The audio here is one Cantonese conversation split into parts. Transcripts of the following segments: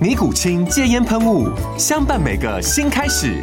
尼古清戒烟喷雾，相伴每个新开始。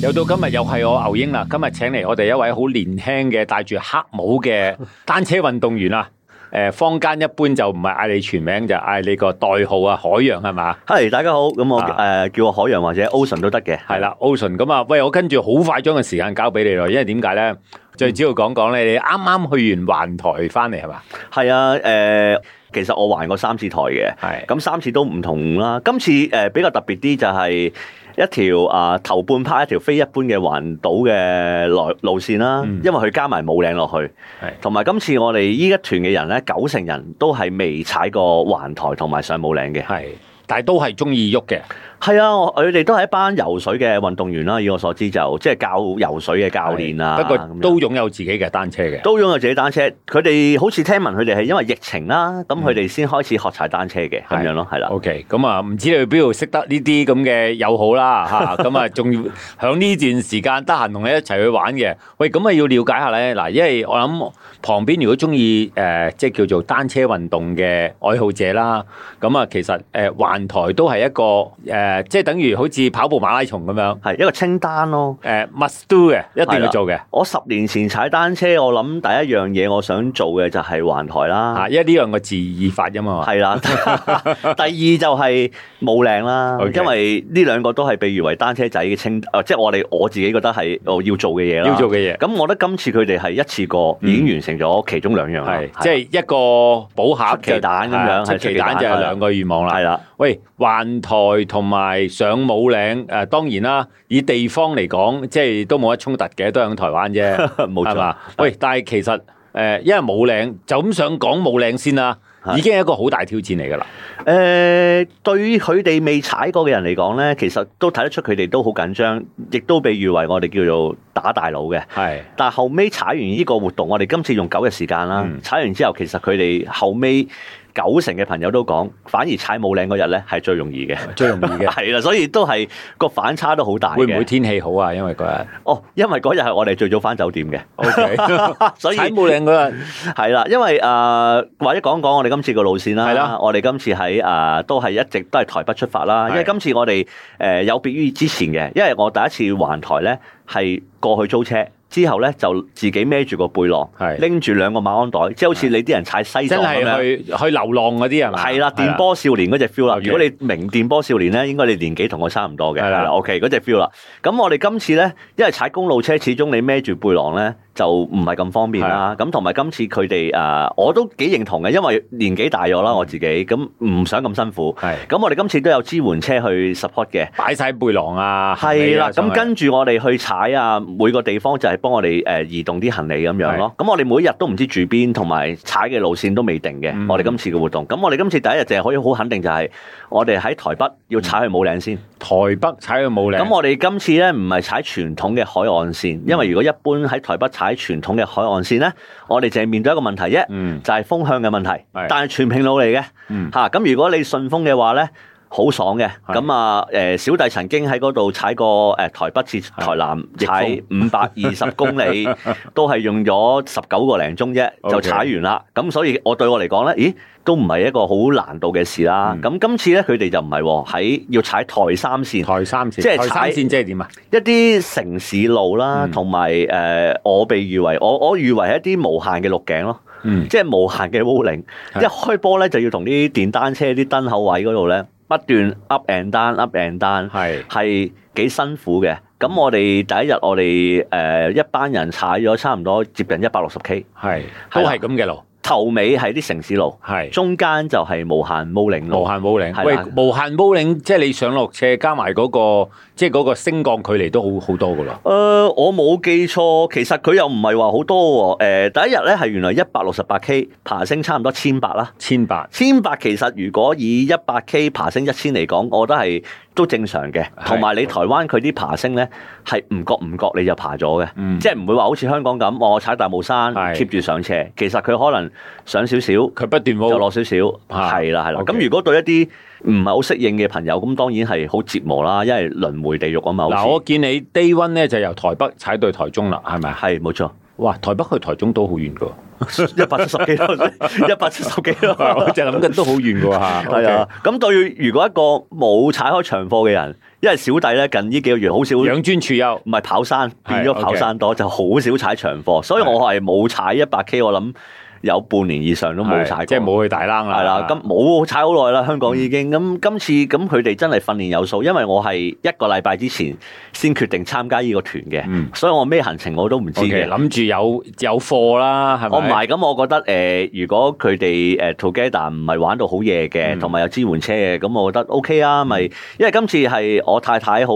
又到今日又係我牛英啦，今日請嚟我哋一位好年輕嘅戴住黑帽嘅單車運動員啊！诶、坊間一般就唔係嗌你全名，就嗌你個代號啊，海洋係嘛？系大家好，咁我啊诶叫我海洋或者 Ocean 都得嘅，係啦，Ocean 咁啊，喂，我跟住好快將個時間交俾你咯，因為點解咧？最主要講講咧，你啱啱去完環台翻嚟係嘛？係啊，诶、其實我還過三次台嘅，係咁三次都唔同啦。今次诶、誒比較特別啲就係一條啊、頭半 part 一條非一般嘅環島嘅路路線啦，嗯因為佢加埋武嶺落去係，同埋今次我哋依一團嘅人咧，九成人都係未踩過環台同埋上武嶺嘅。係，但係都係中意喐嘅，係啊，我佢哋都係一班游水嘅運動員啦，以我所知就即係教游水嘅教練啊，不過咁樣都擁有自己嘅單車嘅。都擁有自己單車，佢哋好似聽聞佢哋係因為疫情啦，咁嗯佢哋先開始學踩單車嘅咁樣咯，係啦。 O K，咁啊，唔知你去邊度識得呢啲咁嘅友好啦 吓，咁啊，仲要響呢段時間得閒同你一齊去玩嘅。喂，咁啊要了解下咧，嗱，因為我諗旁邊如果中意诶，即係叫做單車運動嘅愛好者啦，咁啊，其實诶環台都係一個诶，呃即係等於好似跑步馬拉松咁樣，係一個清單咯。诶 must do 嘅，一定要做嘅我十年前踩單車，我諗第一樣嘢我想做嘅就係環台啦吓，，因為呢樣個字義發音啊嘛。啊係啦。 第二就係冇嶺啦 OK，因為呢兩個都係被譽為單車仔嘅清，呃即係我哋我自己覺得係我要做嘅嘢啦。要做嘅嘢嗯咁我覺得今次佢哋係一次過已經完成咗其中兩樣啦係，，即係一個寶盒啊出奇蛋咁係樣係出出奇奇蛋蛋就係係啦兩個願望啦。係啦。喂，環台同埋上武 嶺，誒、當然啦，以地方嚟講，即係都冇乜衝突嘅，都係喺台灣啫， 冇錯係嘛？喂，但係其實誒、因為武嶺就咁想講武嶺先啦，係已經係一個好大挑戰嚟㗎啦，誒、呃對於佢哋未踩過嘅人嚟講咧，其實都睇得出佢哋都好緊張，亦都被譽為我哋叫做打大佬嘅。係但後尾踩完呢個活動，我哋今次用九日時間啦，嗯踩完之後，其實佢哋後尾九成嘅朋友都講，反而踩冇嶺嗰日咧係最容易嘅。最容易嘅。係啦，所以都係個反差都好大嘅。 會唔會天氣好啊？因為嗰日哦，因為嗰日係我哋最早翻酒店嘅， ，OK，所以踩武嶺嗰日係啦，因為誒、呃或者講講我哋今次個路線啦。係啦我哋今次喺誒、呃都係一直都係台北出發啦。係因為今次我哋誒、呃有別於之前嘅，因為我第一次環台咧係過去租車。之後咧就自己孭住個背囊係，拎住兩個馬鞍袋，即係好似你啲人踩西真藏係咁樣，去去流浪嗰啲係嘛？係啦，電波少年嗰只 feel 啦 OK。如果你明電波少年咧，應該你年紀同我差唔多嘅，係係啦啦，OK 嗰只 feel 啦。咁我哋今次咧，因為踩公路車，始終你孭住背囊咧就唔係咁方便啦。咁同埋今次佢哋誒，我都幾認同嘅，因為年紀大咗啦，嗯我自己咁唔想咁辛苦。係咁我哋今次都有支援車去 support 嘅。擺晒背囊啊，係啦，行李咁啊跟住我哋去踩啊，每個地方就係幫我哋誒移動啲行李咁樣咯。咁我哋每日都唔知住邊，同埋踩嘅路線都未定嘅嗯。我哋今次嘅活動，咁我哋今次第一日就係可以好肯定就係我哋喺台北要踩去武嶺先。台北踩去武嶺，咁我哋今次咧唔係踩傳統嘅海岸嗯線，因為如果一般喺台北踩傳統嘅海岸線咧，我哋淨係面對一個問題啫，嗯就係風向嘅問題係。但係全平路嚟嘅嗯嚇，咁如果你順風嘅話咧，好爽嘅，咁啊誒小弟曾經喺嗰度踩過誒台北至台南逆踩五百二十公里， 都係用咗十九個零鐘啫，就 OK 踩完啦。咁所以我對我嚟講咧，咦都唔係一個好難度嘅事啦。嗯咁今次咧佢哋就唔係喎，喺要踩台三線。台三線，即係台三踩線即係點啊？一啲城市路啦，嗯同埋誒，我被譽為我我譽為一啲無限嘅鹿頸咯，嗯，即係無限嘅 w o l i n g 係一開波咧就要同啲電單車啲燈口位嗰度咧不斷 up and down up and down，係係幾辛苦嘅。咁我哋第一日我哋誒、呃一班人踩咗差唔多接近一百六十 K，係都係咁嘅路，頭尾係啲城市路，係中間就係無限 w o l i n g 無路，限保領。係喂啦，無限保領即係你上落斜加埋嗰個，即係嗰個升降距離都好好多噶咯。誒、呃我冇記錯，其實佢又唔係話好多喎、呃第一日咧係原來一百六十八 K 爬升差唔多千八啦，千八千八其實如果以一百 K 爬升一千嚟講，我覺得係都正常嘅。係同埋你台灣佢啲爬升咧係唔覺唔覺你就爬咗嘅，嗯即係唔會話好似香港咁，我踩大帽山係 keep 住上斜，其實佢可能上少少。佢不斷就冇落少少，啊係啦係啦。 OK 咁如果對一啲唔係好適應嘅朋友，咁當然係好折磨啦，因為輪迴地獄啊嘛。嗱，好我似見你 day one 咧就由台北踩到台中啦，係咪啊？係冇錯。 哇，台北去台中都好遠噶，一百七十幾咯，一百七十幾 我咯。就諗緊都好遠噶嚇。係啊，咁對於如果一個冇踩開長課嘅人，因為小弟咧近呢幾個月好少， OK，唔養尊處優，係跑山變咗係跑山多，就好少踩長課，所以係我係冇踩一百 K，我諗有半年以上都冇踩過，係即係冇啊去大冷啦。係啦，咁冇踩好耐啦，香港已經嗯咁今次咁佢哋真係訓練有數，因為我係一個禮拜之前先決定參加呢個團嘅，嗯所以我咩行程我都唔知 O 嘅 K，。諗住有有貨啦，係咪？哦我唔係咁，我覺得誒、呃如果佢哋誒 together 唔係玩到好夜嗯嘅，同埋、有支援車嘅，咁我覺得 OK 啊，咪、因為今次係我太太好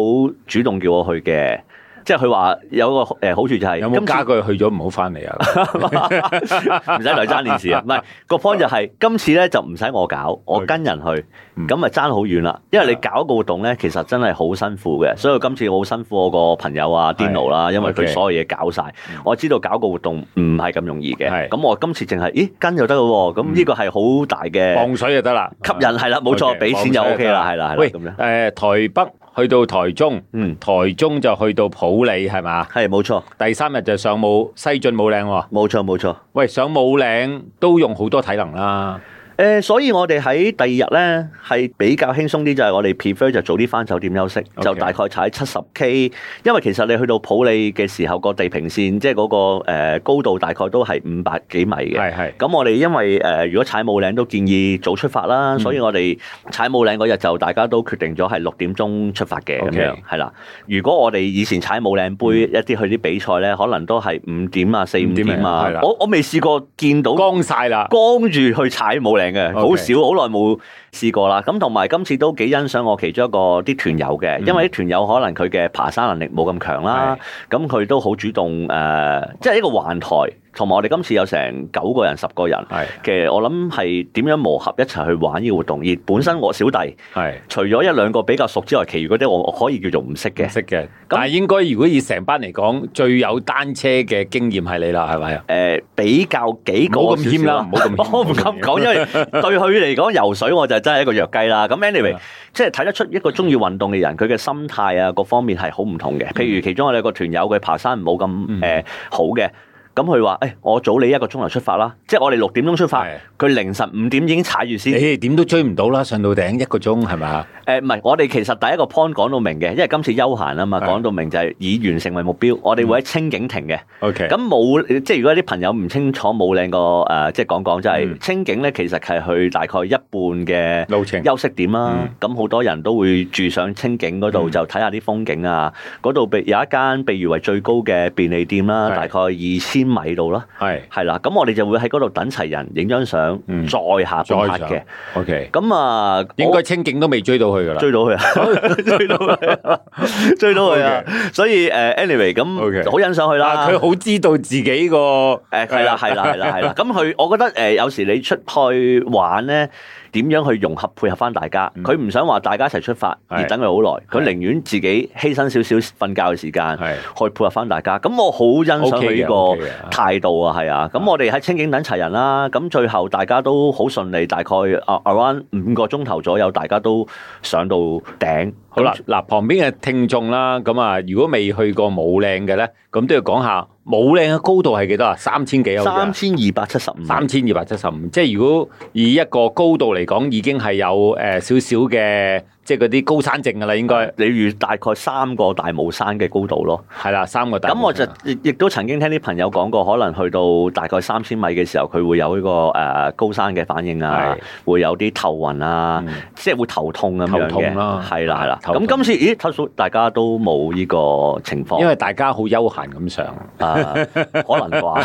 主動叫我去嘅，即係佢話有個誒、呃好處就係、有今冇次家具去咗唔好翻嚟啊？唔使嚟爭件事 啊！唔係個 point 就係、今次咧就唔使我搞，我跟人去嗯，啊咁咪啊爭好遠啦。因為你搞一個活動咧，其實真係好辛苦嘅，所以我今次我好辛苦我個朋友啊 Dino 啦，因為 OK 嗯佢所有嘢搞晒。我知道搞個活動唔係咁容易係嗯嘅。咁我今次淨係咦跟就得咯喎，咁呢個係好大嘅磅水就得啦，吸引係啦，冇錯， OK，俾錢就磅水 OK 得啦，係啦係啦喂，咁樣，誒，台北去到台中，嗯，台中就去到普里係嘛？係冇錯第三日就上武西進武嶺喎，冇錯冇錯。喂，上武嶺都用好多體能啦，誒、呃所以我哋喺第二日咧係比較輕鬆啲，就係、我哋 prefer 就早啲翻酒店休息 OK 就大概踩七十 K。因為其實你去到普利嘅時候，個地平線即係嗰個、呃、高度大概都係五百幾米嘅。係係，咁我哋因為誒、呃如果踩武嶺都建議早出發啦，嗯所以我哋踩武嶺嗰日就大家都決定咗係六點鐘出發嘅咁 OK 樣，係啦。如果我哋以前踩武嶺杯一啲去啲比賽咧，可能都係五點啊、四五5點點啊啊係啦，我我未試過見到光晒啦，光啊住去踩冇領嘅， OK 好少，好耐冇試過啦。咁同埋今次都幾欣賞我其中一個啲團友嘅，嗯因為啲團友可能佢嘅爬山能力冇咁強啦，咁佢都好主動誒、呃即係一個環台，同埋我哋今次有成九個人、十個人係嘅，我諗係點樣磨合一齊去玩呢個活動。而本身我小弟係。除咗一兩個比較熟之外，其餘嗰啲我我可以叫做唔識嘅嘅。識嘅，但係應該如果以成班嚟講，最有單車嘅經驗係你啦，係咪啊？誒、呃比較幾個唔好咁謙啦少少啊 唔好咁謙我唔敢講，因為對佢嚟講游水我就真係一個弱雞啦。啊咁 anyway，即係睇得出一個中意運動嘅人，佢嘅心態啊各方面係好唔同嘅。譬如嗯其中我哋有個團友佢爬山唔好咁誒好嘅，咁佢話誒我早你一個鐘頭出發啦，即係我哋六點鐘出發係，佢凌晨五點已經踩住你先。哋點都追唔到啦，上到頂一個鐘係咪啊？誒唔係，我哋其實第一個 point 講到明嘅，因為今次休閒啊嘛，係嗯講到明就係以完成為目標，我哋會喺清景亭嘅。 OK，咁冇即係如果啲朋友唔清楚冇領個誒，即係講講就係、嗯清境咧，其實係去大概一半嘅路程休息點啦嗯。咁好、多人都會住上清境嗰度，嗯就睇下啲風景啊。嗰度被有一間被譽為最高嘅便利店啦，係大概二千米度啦，係係啦。咁我哋就會喺嗰度等齊人影張相，嗯再下半再拍嘅上。OK，咁啊，應我該清境都未追到佢噶啦。追 到佢啊， 追到佢啊， 追到佢啊！所以誒，anyway，咁 OK 好欣賞佢啦。啊！佢好知道自己個 誒係啦，係啦，係啦，係啦。咁佢，我覺得誒、有時你出去玩咧，點樣去融合配合翻大家。嗯佢唔想話大家一齊出發係而等佢好耐，佢係寧願自己犧牲少少瞓覺嘅時間係去配合翻大家。咁我好欣賞 OK 嘅佢呢 OK 個嘅態度啊，係啊。咁我哋喺清景等齊人啦，咁最後大家都好順利，大概啊 around 五個鐘頭左右，大家都上到頂。好啦，嗱，旁邊嘅聽眾啦，咁啊，如果未去過武嶺嘅咧，咁都要講下武嶺嘅高度係幾多啊？三千幾咁，啊？好似三啊千二百七十五。三千二百七十五，即係如果以一個高度嚟講，已經係有誒、呃少少嘅，即係嗰啲高山症噶啦，應該你預大概三個大帽山嘅高度咯。係啦，三個大帽啊咁我就山亦亦都曾經聽啲朋友講過，可能去到大概三千米嘅時候，佢會有呢、個誒、呃高山嘅反應啊係，會有啲頭暈啊，嗯即係會頭痛咁樣頭痛嘅。啦係啦係啦。頭痛咁今次咦，睇到大家都冇呢個情況，因為大家好休閒咁上，啊，可 能啩，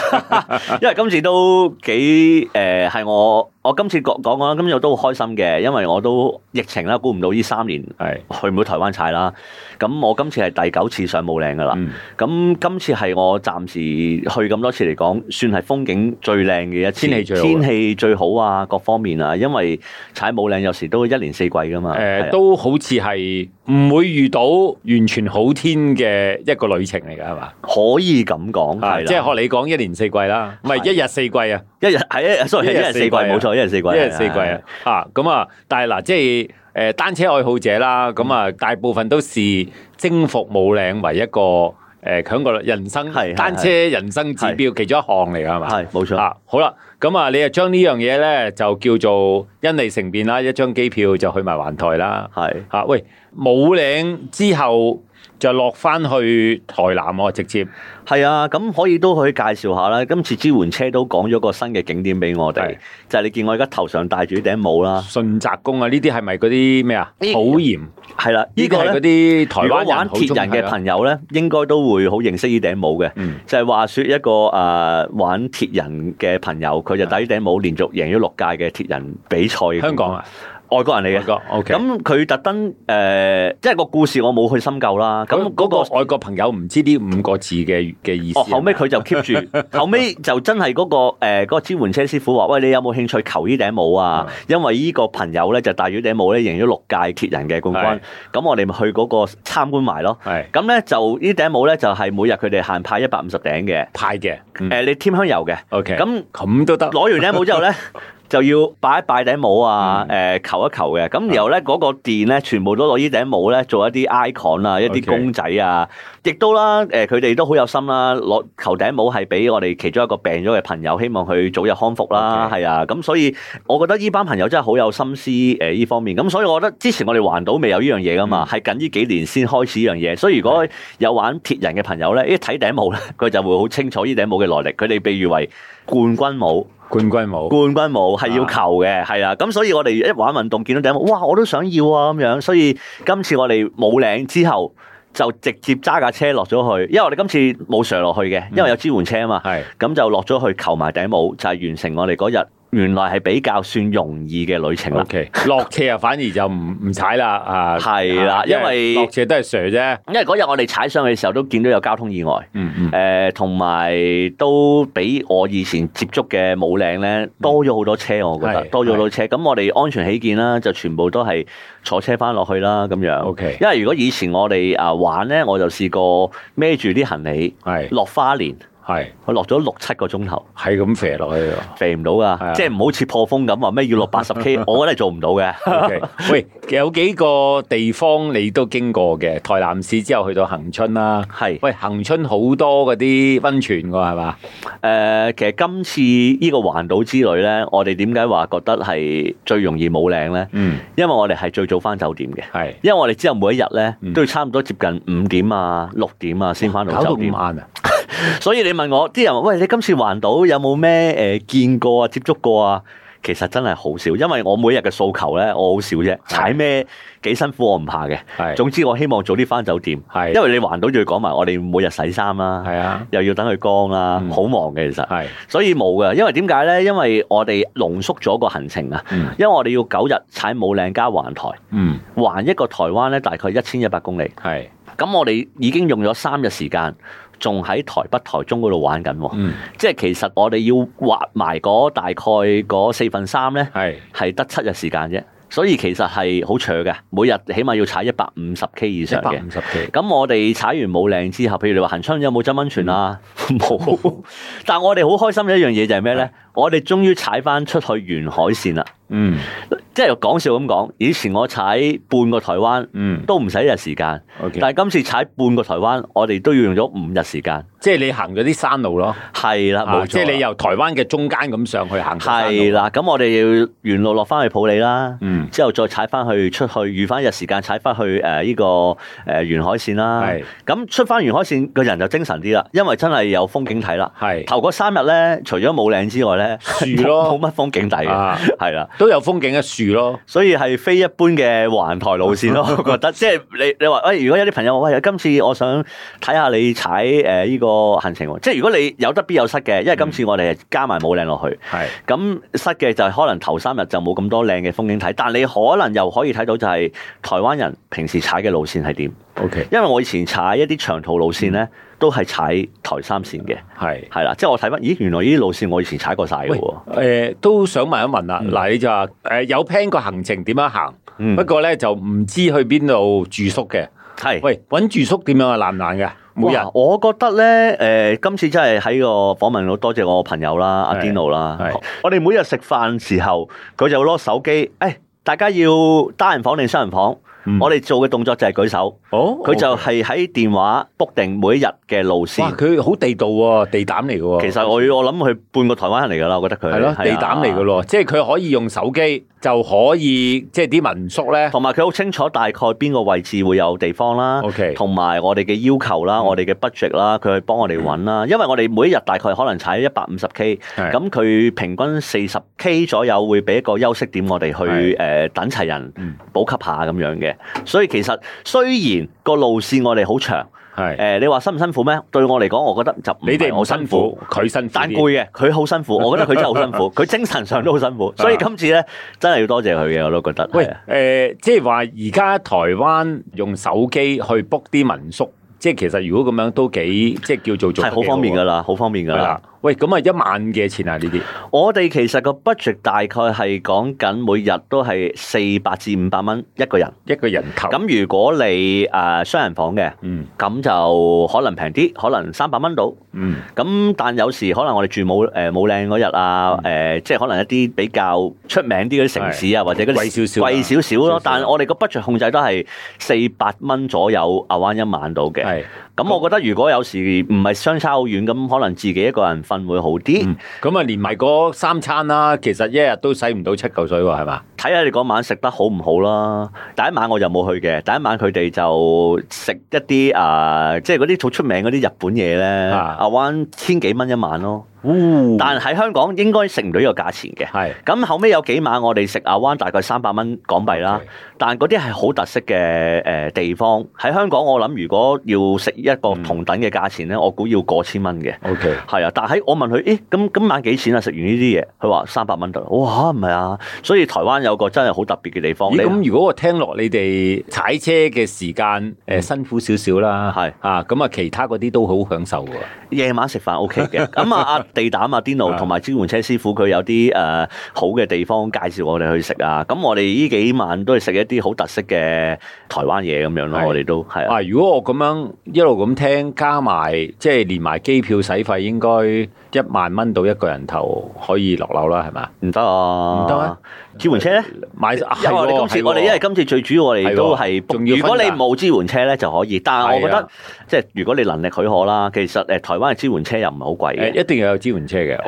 因為今次都幾呃誒，係、我我今次講講講啦，今次我都好開心嘅，因為我都疫情啦，估唔到呢三年係，去唔到台灣踩啦。咁我今次係第九次上武嶺噶啦。嗯，咁今次係我暫時去咁多次嚟講，算係風景最靚嘅一次，天氣最好天氣最好啊，各方面啊，因為踩武嶺有時都一年四季噶嘛，係誒啊都好似係唔會遇到完全好天嘅一個旅程嚟㗎，係嘛？可以咁講，啊係即係啦，學你講一年四季啦，唔係係一日四季啊。一日係一，sorry，一一日日四季四季啊冇錯，一日四季，一日四季係啊，嚇咁啊！但係嗱，即係誒、呃、單車愛好者嗯啦，咁啊，大部分都視征服武嶺為一個誒響、個人生係係單車人生指標其中一項嚟㗎，係嘛？係冇錯，啊，好啦，咁啊，你啊將呢樣嘢咧就叫做因利乘便啦，一張機票就去埋環台啦。係嚇、喂，武嶺之後就落翻去台南喎，直接係啊，咁可以都可以介紹下啦。今次支援車都講咗個新嘅景點俾我係哋，就係你見我而家頭上戴住呢頂帽啦，順澤宮啊！呢啲係咪嗰啲咩啊？呢好鹽係啦，呢呢個個係嗰咧，啲台如果灣人玩好中意鐵人睇嘅啊朋友咧，應該都會好認識呢頂帽嘅。嗯。就係話説一個誒、呃玩鐵人嘅朋友，佢就戴呢頂帽，連續贏咗六屆嘅鐵人比賽嗯嘅冠軍。香港啊，外國人美嚟嗯嘅。國 OK。咁佢特登誒、呃即係個故事我冇去深究啦。咁咁嗰、嗰個個外國朋友唔知呢五個字嘅嘅意思啊係哦，咪。後尾佢就 keep 住，後尾就真係嗰、個誒、呃嗰個支援車師傅話：喂，你有冇興趣求呢頂帽嗯啊？因為呢個朋友咧就戴咗頂帽咧，贏咗六屆鐵人嘅冠軍。咁我哋咪去嗰個參觀埋咯。係咁咧就呢頂帽咧就係、每日佢哋限派一百五十頂嘅，誒、派嘅。嗯你添香油嘅。 OK。咁咁都得。攞完頂帽之 後咧，就要拜一拜頂帽啊，誒、嗯求一求嘅。啊咁然後咧，嗰、個電咧，全部都攞呢頂帽咧做一啲 icon 啊，一 OK 啲公仔啊，亦都啦，誒佢哋都好有心啦，攞求頂帽係俾我哋其中一個病咗嘅朋友，希望佢早日康復啦，係 OK 啊。咁所以我覺得呢班朋友真係好有心思誒呢、方面。咁所以我覺得之前我哋環島未有呢樣嘢噶嗯嘛，係、近呢幾年先開始呢樣嘢。所以如果有玩鐵人嘅朋友咧，一睇頂帽咧，佢就會好清楚呢頂帽嘅來歷。佢哋被譽為冠軍帽。冠軍舞。冠軍帽係要求嘅，係啊，咁所以我哋一玩運動見到頂帽，哇，我都想要啊咁樣，所以今次我哋冇領之後就直接揸架車落咗去，因為我哋今次冇上落去嘅，因為有支援車啊嘛，係咁就落咗去求埋頂帽，就係完成我哋嗰日原來係比較算容易嘅旅程啦。 OK。落車啊，反而就唔唔踩啦啊。係啦啊因為落車都係 Sir 啫。因為嗰日我哋踩上去嘅時候都見到有交通意外，嗯嗯。誒呃同埋都比我以前接觸嘅武嶺咧多咗好多車，我覺得係多咗好多車。咁我哋安全起見啦，就全部都係坐車翻落去啦咁樣。 OK 因為如果以前我哋啊玩咧，我就試過孭住啲行李係落花蓮，係我落咗六七個鐘頭。係咁射落去喎。肥唔到係啊噶，即係唔好似破風咁話咩 要落八十 K，我覺得係做唔到嘅。 OK，喂，有幾個地方你都經過嘅，台南市之後去到恒春啦。係喂，恒春好多嗰啲温泉喎，係嘛？誒、呃其實今次呢個環島之旅咧，我哋點解話覺得係最容易冇領咧？嗯，因為我哋係最早翻酒店嘅。係。因為我哋之後每一日咧嗯都要差唔多接近五點啊、六點啊先翻到搞到酒咁店晏，啊！所以你問我啲人話：喂，你今次環島有冇咩誒見過啊、接觸過啊？其實真係好少，因為我每日嘅訴求咧，我好少啫。踩咩幾辛苦我唔怕嘅，係總之我希望早啲翻酒店，係因為你環島就要講埋我哋每日洗衫啦，係啊，又要等佢乾啦嗯，好忙嘅其實。係。所以冇嘅，因為點解咧？因為我哋濃縮咗個行程啊，嗯因為我哋要九日踩武嶺加環台，嗯，環一個台灣咧大概一千一百公里。係咁我哋已經用咗三日時間，仲喺台北、台中嗰度玩緊喎。嗯，即係其實我哋要畫埋嗰大概嗰四分三咧，係係得七日時間啫。所以其實係好扯嘅，每日起碼要踩一百五十 K 以一上百嘅。五十 K，咁我哋踩完冇靚之後，譬如你話行春有冇浸温泉啊？嗯冇、但我哋好開心嘅一樣嘢就係咩咧？我哋終於踩翻出去沿海線啦！嗯即係講笑咁講，以前我踩半個台灣嗯都唔使一日時間， ，OK，但係今次踩半個台灣，我哋都要用咗五日時間。即係你行咗啲山路咯，係啦，冇啊錯。即係你由台灣嘅中間咁上去行山路係，啦，咁我哋要沿路落翻去普洱啦。嗯，之後再踩翻去出去，預翻日時間踩翻去誒呢個誒沿海線啦係。咁出翻沿海線個人就精神啲啦，因為真係有風景睇啦。係頭嗰三日咧，除咗冇靚之外咧，樹咯冇乜風景睇嘅，啊，係啦。都有風景嘅樹咯，所以係非一般嘅環台 路線咯，我覺得即係你你話，哎喂，如果有啲朋友話，喂，今次我想睇下你踩誒呢個行程喎，即係如果你有得必有失嘅，因為今次我哋係加埋冇靚落去，係咁失嘅就係可能頭三日就冇咁多靚嘅風景睇，但你可能又可以睇到就係台灣人平時踩嘅路線係點， ，OK，因為我以前踩一啲長途路嗯線咧，都係踩台三線嘅，係。係啦，即係我睇翻，咦，原來呢啲路線我以前踩過晒嘅喂，喎，誒、都想問一問啦。嗱、你就話誒、有 plan 個行程點樣行，嗯不過咧就唔知去邊度住宿嘅。係。喂，揾住宿點樣啊？難唔難嘅？每日哇我覺得咧，誒、今次真係喺個訪問度多謝我朋友啦，阿係 Dino 啦係。我哋每日食飯時候，佢就攞手機，誒、大家要單人房定雙人房？嗯我哋做嘅動作就係舉手，哦，佢就係喺電話 book 定每一日嘅路哇，線。佢好地道喎、地膽嚟嘅喎。其實我我諗佢半個台灣人嚟㗎啦，我覺得佢係咯，係啊地膽嚟嘅咯，即係佢可以用手機就可以，即係啲民宿咧。同啊埋佢好清楚大概邊個位置會有地方啦 OK 嗯同埋我哋嘅要求啦，我哋嘅 budget 啦，佢去幫我哋揾啦。因為我哋每一日大概可能踩一百五十 K，係咁佢平均四十 K 左右會俾一個休息點我哋去係誒、等齊人嗯補給下咁樣嘅。所以其實雖然個路線我哋好長，誒、係，你話辛唔辛苦咩？對我嚟講，我覺得就唔係你哋好唔辛苦，佢辛苦啲。但攰嘅，佢好辛 苦，我覺得佢真係好辛苦，佢精神上都好辛苦，所以今次咧真係要多謝佢嘅，我都覺得。喂，係啊誒、即係話而家台灣用手機去 book 啲民宿，即係其實如果咁樣都幾，即係叫做做係得好幾方便喎㗎啦，好方便㗎係啦啦。。喂，咁啊一萬嘅錢啊呢啲，我哋其實個 budget 大概係講緊每日都係四百至五百蚊一個人。一個人頭。咁如果你誒、呃雙人房嘅，嗯咁就可能平啲，可能三百蚊到。嗯咁但有時可能我哋住冇誒冇靚嗰日啊，嗯誒、即係可能一啲比較出名啲嗰啲城市啊，或者嗰啲貴少少啊貴少少少少咯啊。但我哋個 budget 控制都係四百蚊左右，亞灣一晚到嗯嘅。係。咁我覺得如果有時唔係相差好遠，咁可能自己一個人瞓會好啲。嗯咁啊連埋嗰三餐啦，其實一日都使唔到七嚿水喎，係嘛？睇下你嗰晚食得好唔好啦。第一晚我就冇去嘅，第一晚佢哋就食一啲啊、即係嗰啲好出名嗰啲日本嘢咧，啊亞灣千幾蚊一晚咯。哦但喺香港應該食唔到呢個價錢嘅。係咁後尾有幾晚我哋食亞灣大概三百蚊港幣啦 OK 但嗰啲係好特色嘅誒、呃地方喺香港，我諗如果要食一嗯個同等嘅價錢咧，我估要過千蚊嘅。 OK。係啊，但喺我問佢，咦，咁咁晚幾錢啊？食完呢啲嘢，佢話三百蚊度。哇，唔係啊，所以台灣有個真係好特別嘅地方。咦，你啊咁如果我聽落你哋踩車嘅時間，誒、辛苦少少啦，嗯係啊，咁啊其他嗰啲都好享受喎。夜晚食飯 OK 嘅， 咁啊阿地膽啊 Dino 同埋支援車師傅佢有啲誒、呃好嘅地方介紹我哋去食啊，咁我哋呢幾晚都係食一啲好特色嘅台灣嘢咁樣咯，係我哋都係啊，啊，如果我咁樣一路咁聽，加埋即係連埋機票使費，應該一萬蚊到一個人頭可以落樓啦，係嘛？唔得啊，唔得咩？支援車咧？買啊因為我係哋今喎次係我哋喎因為今次最主要我哋都係係喎仲要分 book，如㗎果你冇支援車咧就可以，但係我覺係得啊即係如果你能力許可啦，其實誒呃台灣嘅支援車又唔係好貴誒、嘅。一定要有支援車嘅，誒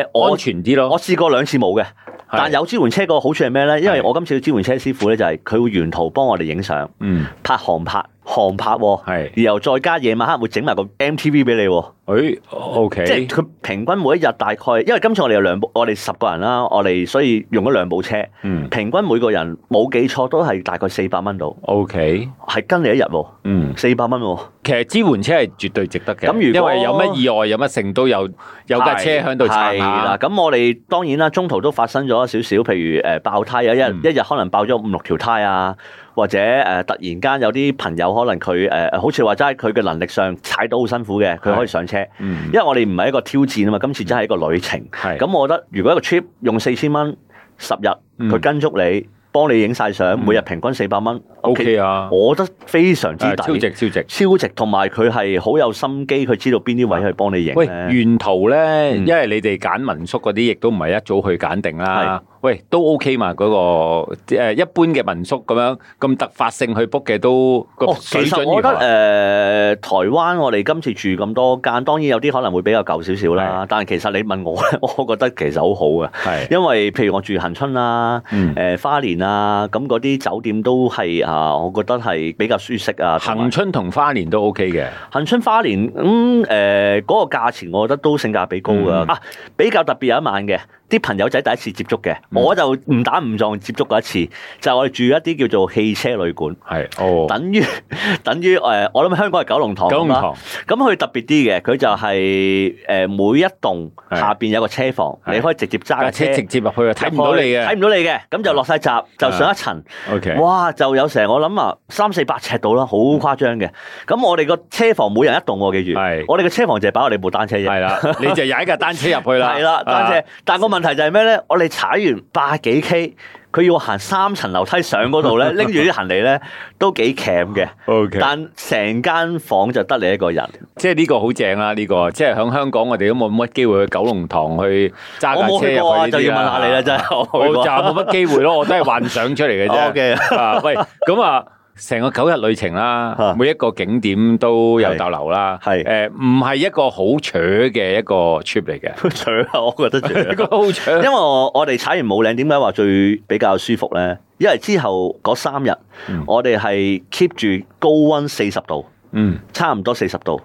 安我全啲咯。我試過兩次冇嘅，但有支援車個好處係咩咧？因為我今次嘅支援車師傅咧就係佢會沿途幫我哋影相、嗯，拍航拍、航拍喎，係，然後再加夜晚黑會整埋個 MTV 俾你喎。誒，OK，即係佢平均每一日大概，因為今次我哋有兩部，我哋十個人啦，我哋所以用咗兩部車，嗯平均每個人冇記錯都係大概四百蚊度。 ，OK，係跟你一日喎，嗯，四百蚊喎，其實支援車係絕對值得嘅，咁如因果為有乜意外、有乜剩都有有架車喺度撐係啦，下，咁我哋當然啦，中途都發生咗少少，譬如誒爆胎啊，一日嗯一日可能爆咗五六條胎啊，或者誒、呃突然間有啲朋友可能佢誒、呃好似話齋佢嘅能力上踩到好辛苦嘅，佢可以上車，嗯因，為我哋唔係一個挑戰啊嘛，今次真係一個旅程。係咁我覺得如果一個 trip 用四千蚊十日，嗯佢跟足你，幫你影晒相，每日平均四百蚊 OK 啊，我覺得非常之誒超抵，值超值。超值，同埋佢係好有心機，佢知道邊啲位去幫你影啊喂，咧。沿途咧，嗯因為你哋揀民宿嗰啲，亦都唔係一早去揀定啦。喂，都 OK 嘛？嗰、個誒一般嘅民宿咁樣咁突發性去 book 嘅都個哦，水其準實如我覺何得誒、啊？呃台灣我哋今次住咁多間，當然有啲可能會比較舊少少啦。但係其實你問我 咧，我覺得其實好好啊，係因為譬如我住恒春啦、嗯誒、花蓮啊，咁嗰啲酒店都係啊，我覺得係比較舒適啊。同埋恒春同花蓮都 OK 嘅，恒春花蓮咁誒嗰個價錢，我覺得都性價比高噶、嗯啊！比較特別有一晚嘅，啲朋友仔第一次接觸嘅，嗯我就誤打誤撞接觸過一次，就係我哋住一啲叫做汽車旅館，係哦，等於 等於誒、呃我諗香港係九龍塘九龍咁啦塘咁佢特別啲嘅，佢就係、誒、每一棟係下邊有個車房，係你可以直接揸架架車車直接入去啊，睇唔到你睇嘅。唔到你嘅，咁就落晒閘，就上一層。 OK，嗯哇！就有成我諗啊，三四百尺度啦，好誇張嘅。咁我哋個車房每人一棟喎，記住係。我哋個車房就係擺我哋部單車啫。 係啦，你就踩架單車入去啦。係啦，單啊車。但個問題就係咩咧？我哋踩完百幾 K，佢要行三層樓梯上嗰 度咧，拎住啲行李咧都幾鉗嘅。 OK，但成間房就得你一個 人，即係呢個好正啦，呢個即係喺香港我哋都冇乜機會去九龍塘去揸架我冇車去過啊，入就去呢啲要啦問下你啦，真係我去我就過。冇乜機會咯，我都係幻想出嚟嘅 啫。 OK 啊，喂，咁啊，成個九日旅程啦啊，每一個景點都有逗留啦，係誒，唔係一個好扯嘅一個 trip 嚟嘅， 除啊，我覺得除啊一個好因為扯。我我哋踩完武嶺，點解話最比較舒服咧？因為之後嗰三日，嗯我哋係 keep 住高温四十度，嗯，差唔多四十度，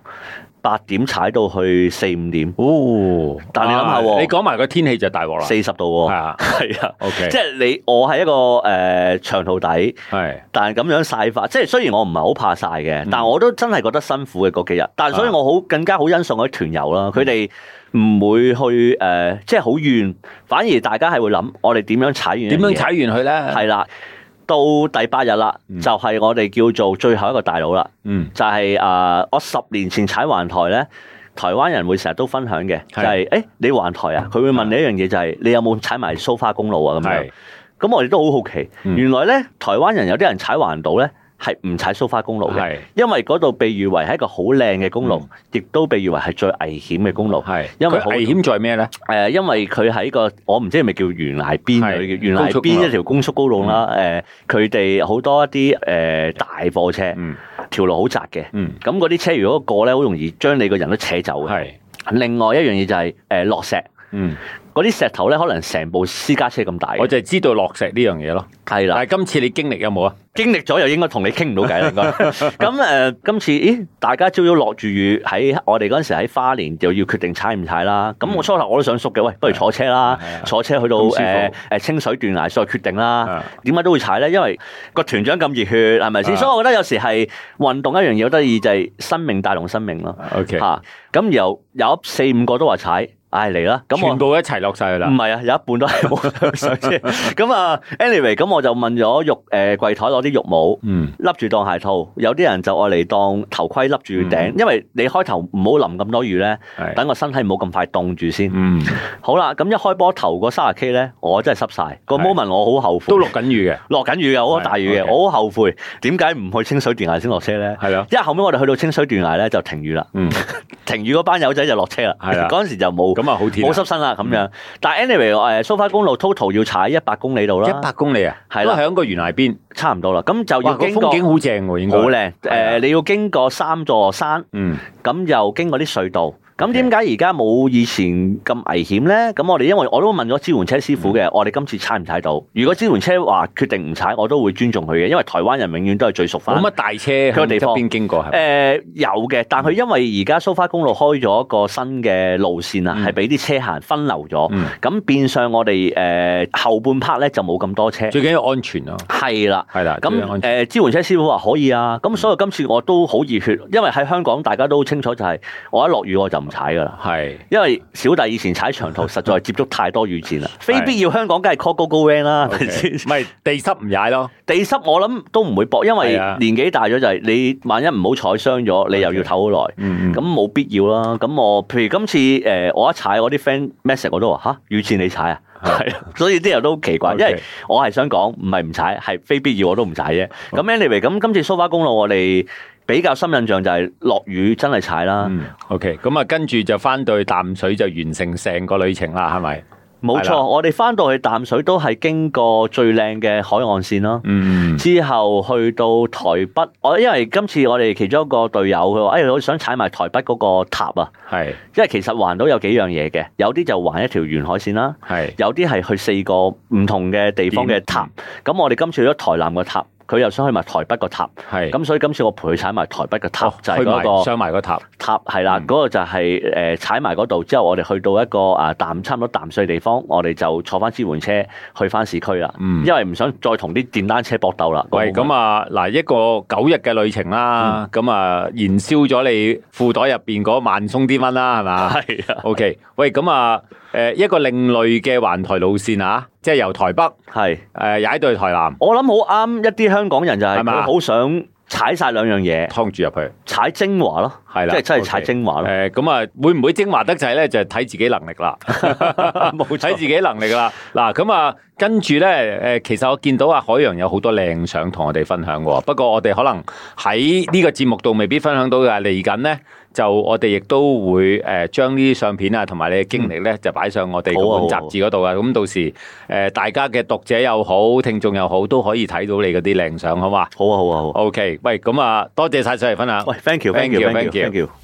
八點踩到去四五點，哦，但你諗下喎啊你講埋個天氣就大鑊啦，四十度係喎，啊 係啊， ，OK，即係你我係一個誒、呃、長途底，係但係咁樣晒法，即係雖然我唔係好怕晒嗯嘅，但我都真係覺得辛苦嘅嗰幾日。但啊係所以我好更加好欣賞嗰啲團友嗯啦，佢哋唔會去誒、呃即係好怨，反而大家係會諗我哋 點樣踩完一樣嘢點樣踩完佢咧？係啦，到第八日啦，嗯就係我哋叫做最後一個大佬啦，嗯，就係啊，我十年前踩環台咧。台灣人會成日都分享嘅，就係、誒、你環台啊，佢會問你一樣嘢嗯就係、你有冇踩埋蘇花公路啊咁樣係。咁我哋都好好奇，嗯原來咧台灣人有啲人踩環島咧係唔踩蘇花公路嘅，係嗯因為嗰度被譽為係一個好靚嘅公路，亦、都被譽為係最危險嘅公路。誒、係，因因為為好危險在咩 咧？因為佢喺個我唔知係咪叫懸崖邊係嘅，懸高崖速公路邊一條高速公路啦。誒、佢哋好多一啲誒、大貨車，嗯條路好窄嘅。嗯，咁嗰啲車如果過咧，好容易將你個人都扯走嘅。係另外一樣嘢就係、誒落石，嗯，嗰啲石頭咧可能成部私家車咁大嘅。我就係知道落石呢樣嘢咯。係啦但。係今次你經歷有冇啊？經歷咗又應該同你傾唔到偈啦，應該。咁誒、呃今次咦，大家朝早落住雨，喺我哋嗰陣時喺花蓮就要決定踩唔踩啦。咁我初頭我都想縮嘅，喂，不如坐車啦嗯係啊，坐車去到咁舒服誒誒清水斷崖再決定啦啊。點解都會踩咧？因為個團長咁熱血，係咪啊先？所以我覺得有時係運動一樣嘢好得意，就係生命帶動生命咯。 OK，嚇，咁然後有四五個都話踩，唉嚟啦，咁我全。部一齊落晒佢唔啦。係啊，有一半都係冇上車。咁啊，anyway，咁我就問咗浴誒櫃台攞啲浴帽。嗯，笠住當鞋套，有啲人就愛嚟當頭盔笠住頂，因為你開頭唔好淋咁多雨咧，嗯係，等個身體唔好咁快凍住先。嗯，好啦，咁一開波頭嗰三十 K 咧，我真係濕晒。個係 moment 我好後悔，都落緊雨嘅，落緊雨嘅，好大雨嘅，係，OK 我好後悔點解唔去清水斷崖先落車咧？係咯，因為後尾我哋去到清水斷崖咧就停雨啦，嗯，停雨嗰班友仔就落車啦，係啦嗰陣時就冇咁啊好天啊，冇濕身啦咁樣。但係 anyway，誒蘇花公路 total 要踩一百公里度啦一，百公里啊，係都啦喺個懸崖邊，差唔多啦，咁就哇，要個經過風景好正喎，應該好，靚，係啊誒你要經過三座山。嗯，咁又經過啲隧道。咁 Okay 點解而家冇以前咁危險咧？咁我哋因為我都問咗支援車師嗯傅嘅，我哋今次踩唔踩到？如果支援車話決定唔踩，我都會尊重佢嘅，因為台灣人永遠都係最熟冇翻。乜大車喺個地方側邊經過係誒、咪，有嘅，但佢因為而家蘇花公路開咗一個新嘅路線啊，嗯係俾啲車行分流咗，嗯咁、變相我哋誒、後半 part 咧就冇咁多車，最緊要安全咯，係啦。係啦，最緊要咁安誒、全呃支援車師傅話可以啊，咁所以今次我都好熱血，因為喺香港大家都清楚就係、我一落雨我就唔唔踩噶啦。係因為小弟以前踩長途，實在接觸太多雨戰啦，非必要香港梗係 call go go van 啦，係咪先唔係地濕唔踩咯，地濕我諗都唔會搏，因為係啊年紀大咗就係你萬一唔好彩傷咗，你又要唞好耐，嗯咁冇必要啦。咁我譬如今次誒、呃我一踩我啲 friend message 我都話吓，雨戰你踩啊， 係啊，所以啲人都好奇怪，因 OK 為我係想講唔係唔踩，係非必要我都唔踩哦啫。咁 anyway，咁今次蘇花公路我哋比較深印象就係落雨真係踩啦，嗯，OK，咁啊，跟住就翻到去淡水就完成成個旅程啦，係咪？冇、係啦錯。我哋翻到去淡水都係經過最靚嘅海岸線啦。嗯，之後去到台北，我因為今次我哋其中一個隊友佢話：，誒、我想踩埋台北嗰個塔啊，係因為其實環島有幾樣嘢嘅，有啲就環一條沿海線啦，係有啲係去四個唔同嘅地方嘅塔。咁我哋今次去咗台南個塔，佢又想去埋台北個塔，係咁所以今次我陪佢踩埋台北個塔，嗯哦就係去埋嗰個上埋個塔，塔係啦，嗰、嗯個就係、呃踩埋嗰度之後，我哋去到一個啊淡差唔多淡水地方，我哋就坐翻支援車去翻市區啦，嗯因為唔想再同啲電單車搏鬥啦。喂，咁啊，嗱，一個九日嘅旅程啦，咁啊，燃燒咗你褲袋入邊嗰萬松啲蚊 啦，係嘛係啊， ？OK，喂，咁啊，誒一個另類嘅環台路線啊，即係由台北係。啊誒踩到去台南，我諗好啱一啲香港人就係係嘛佢好想踩晒兩樣嘢，劏住入去，踩精華咯，係啦即係真係踩 OK 精華咯。誒咁啊，會唔會精華得滯咧？就係睇自己能力啦， 冇錯睇自己能力啦。嗱，咁啊，跟住咧，誒，其實我見到啊，海洋有好多靚相同我哋分享喎。不過我哋可能喺呢個節目度未必分享到嘅，嚟緊咧就我哋亦都會誒將呢啲相片啊，同埋你嘅經歷咧，就擺上我哋好啊嗰本好啊雜誌嗰度啊。咁到時誒大家嘅讀者又好，聽眾又好，都可以睇到你嗰啲靚相，好嘛好啊好啊好啊！ ？OK，喂，咁啊，多謝晒上嚟分享。喂，thank you，thank Thank you，thank you，thank you，thank you。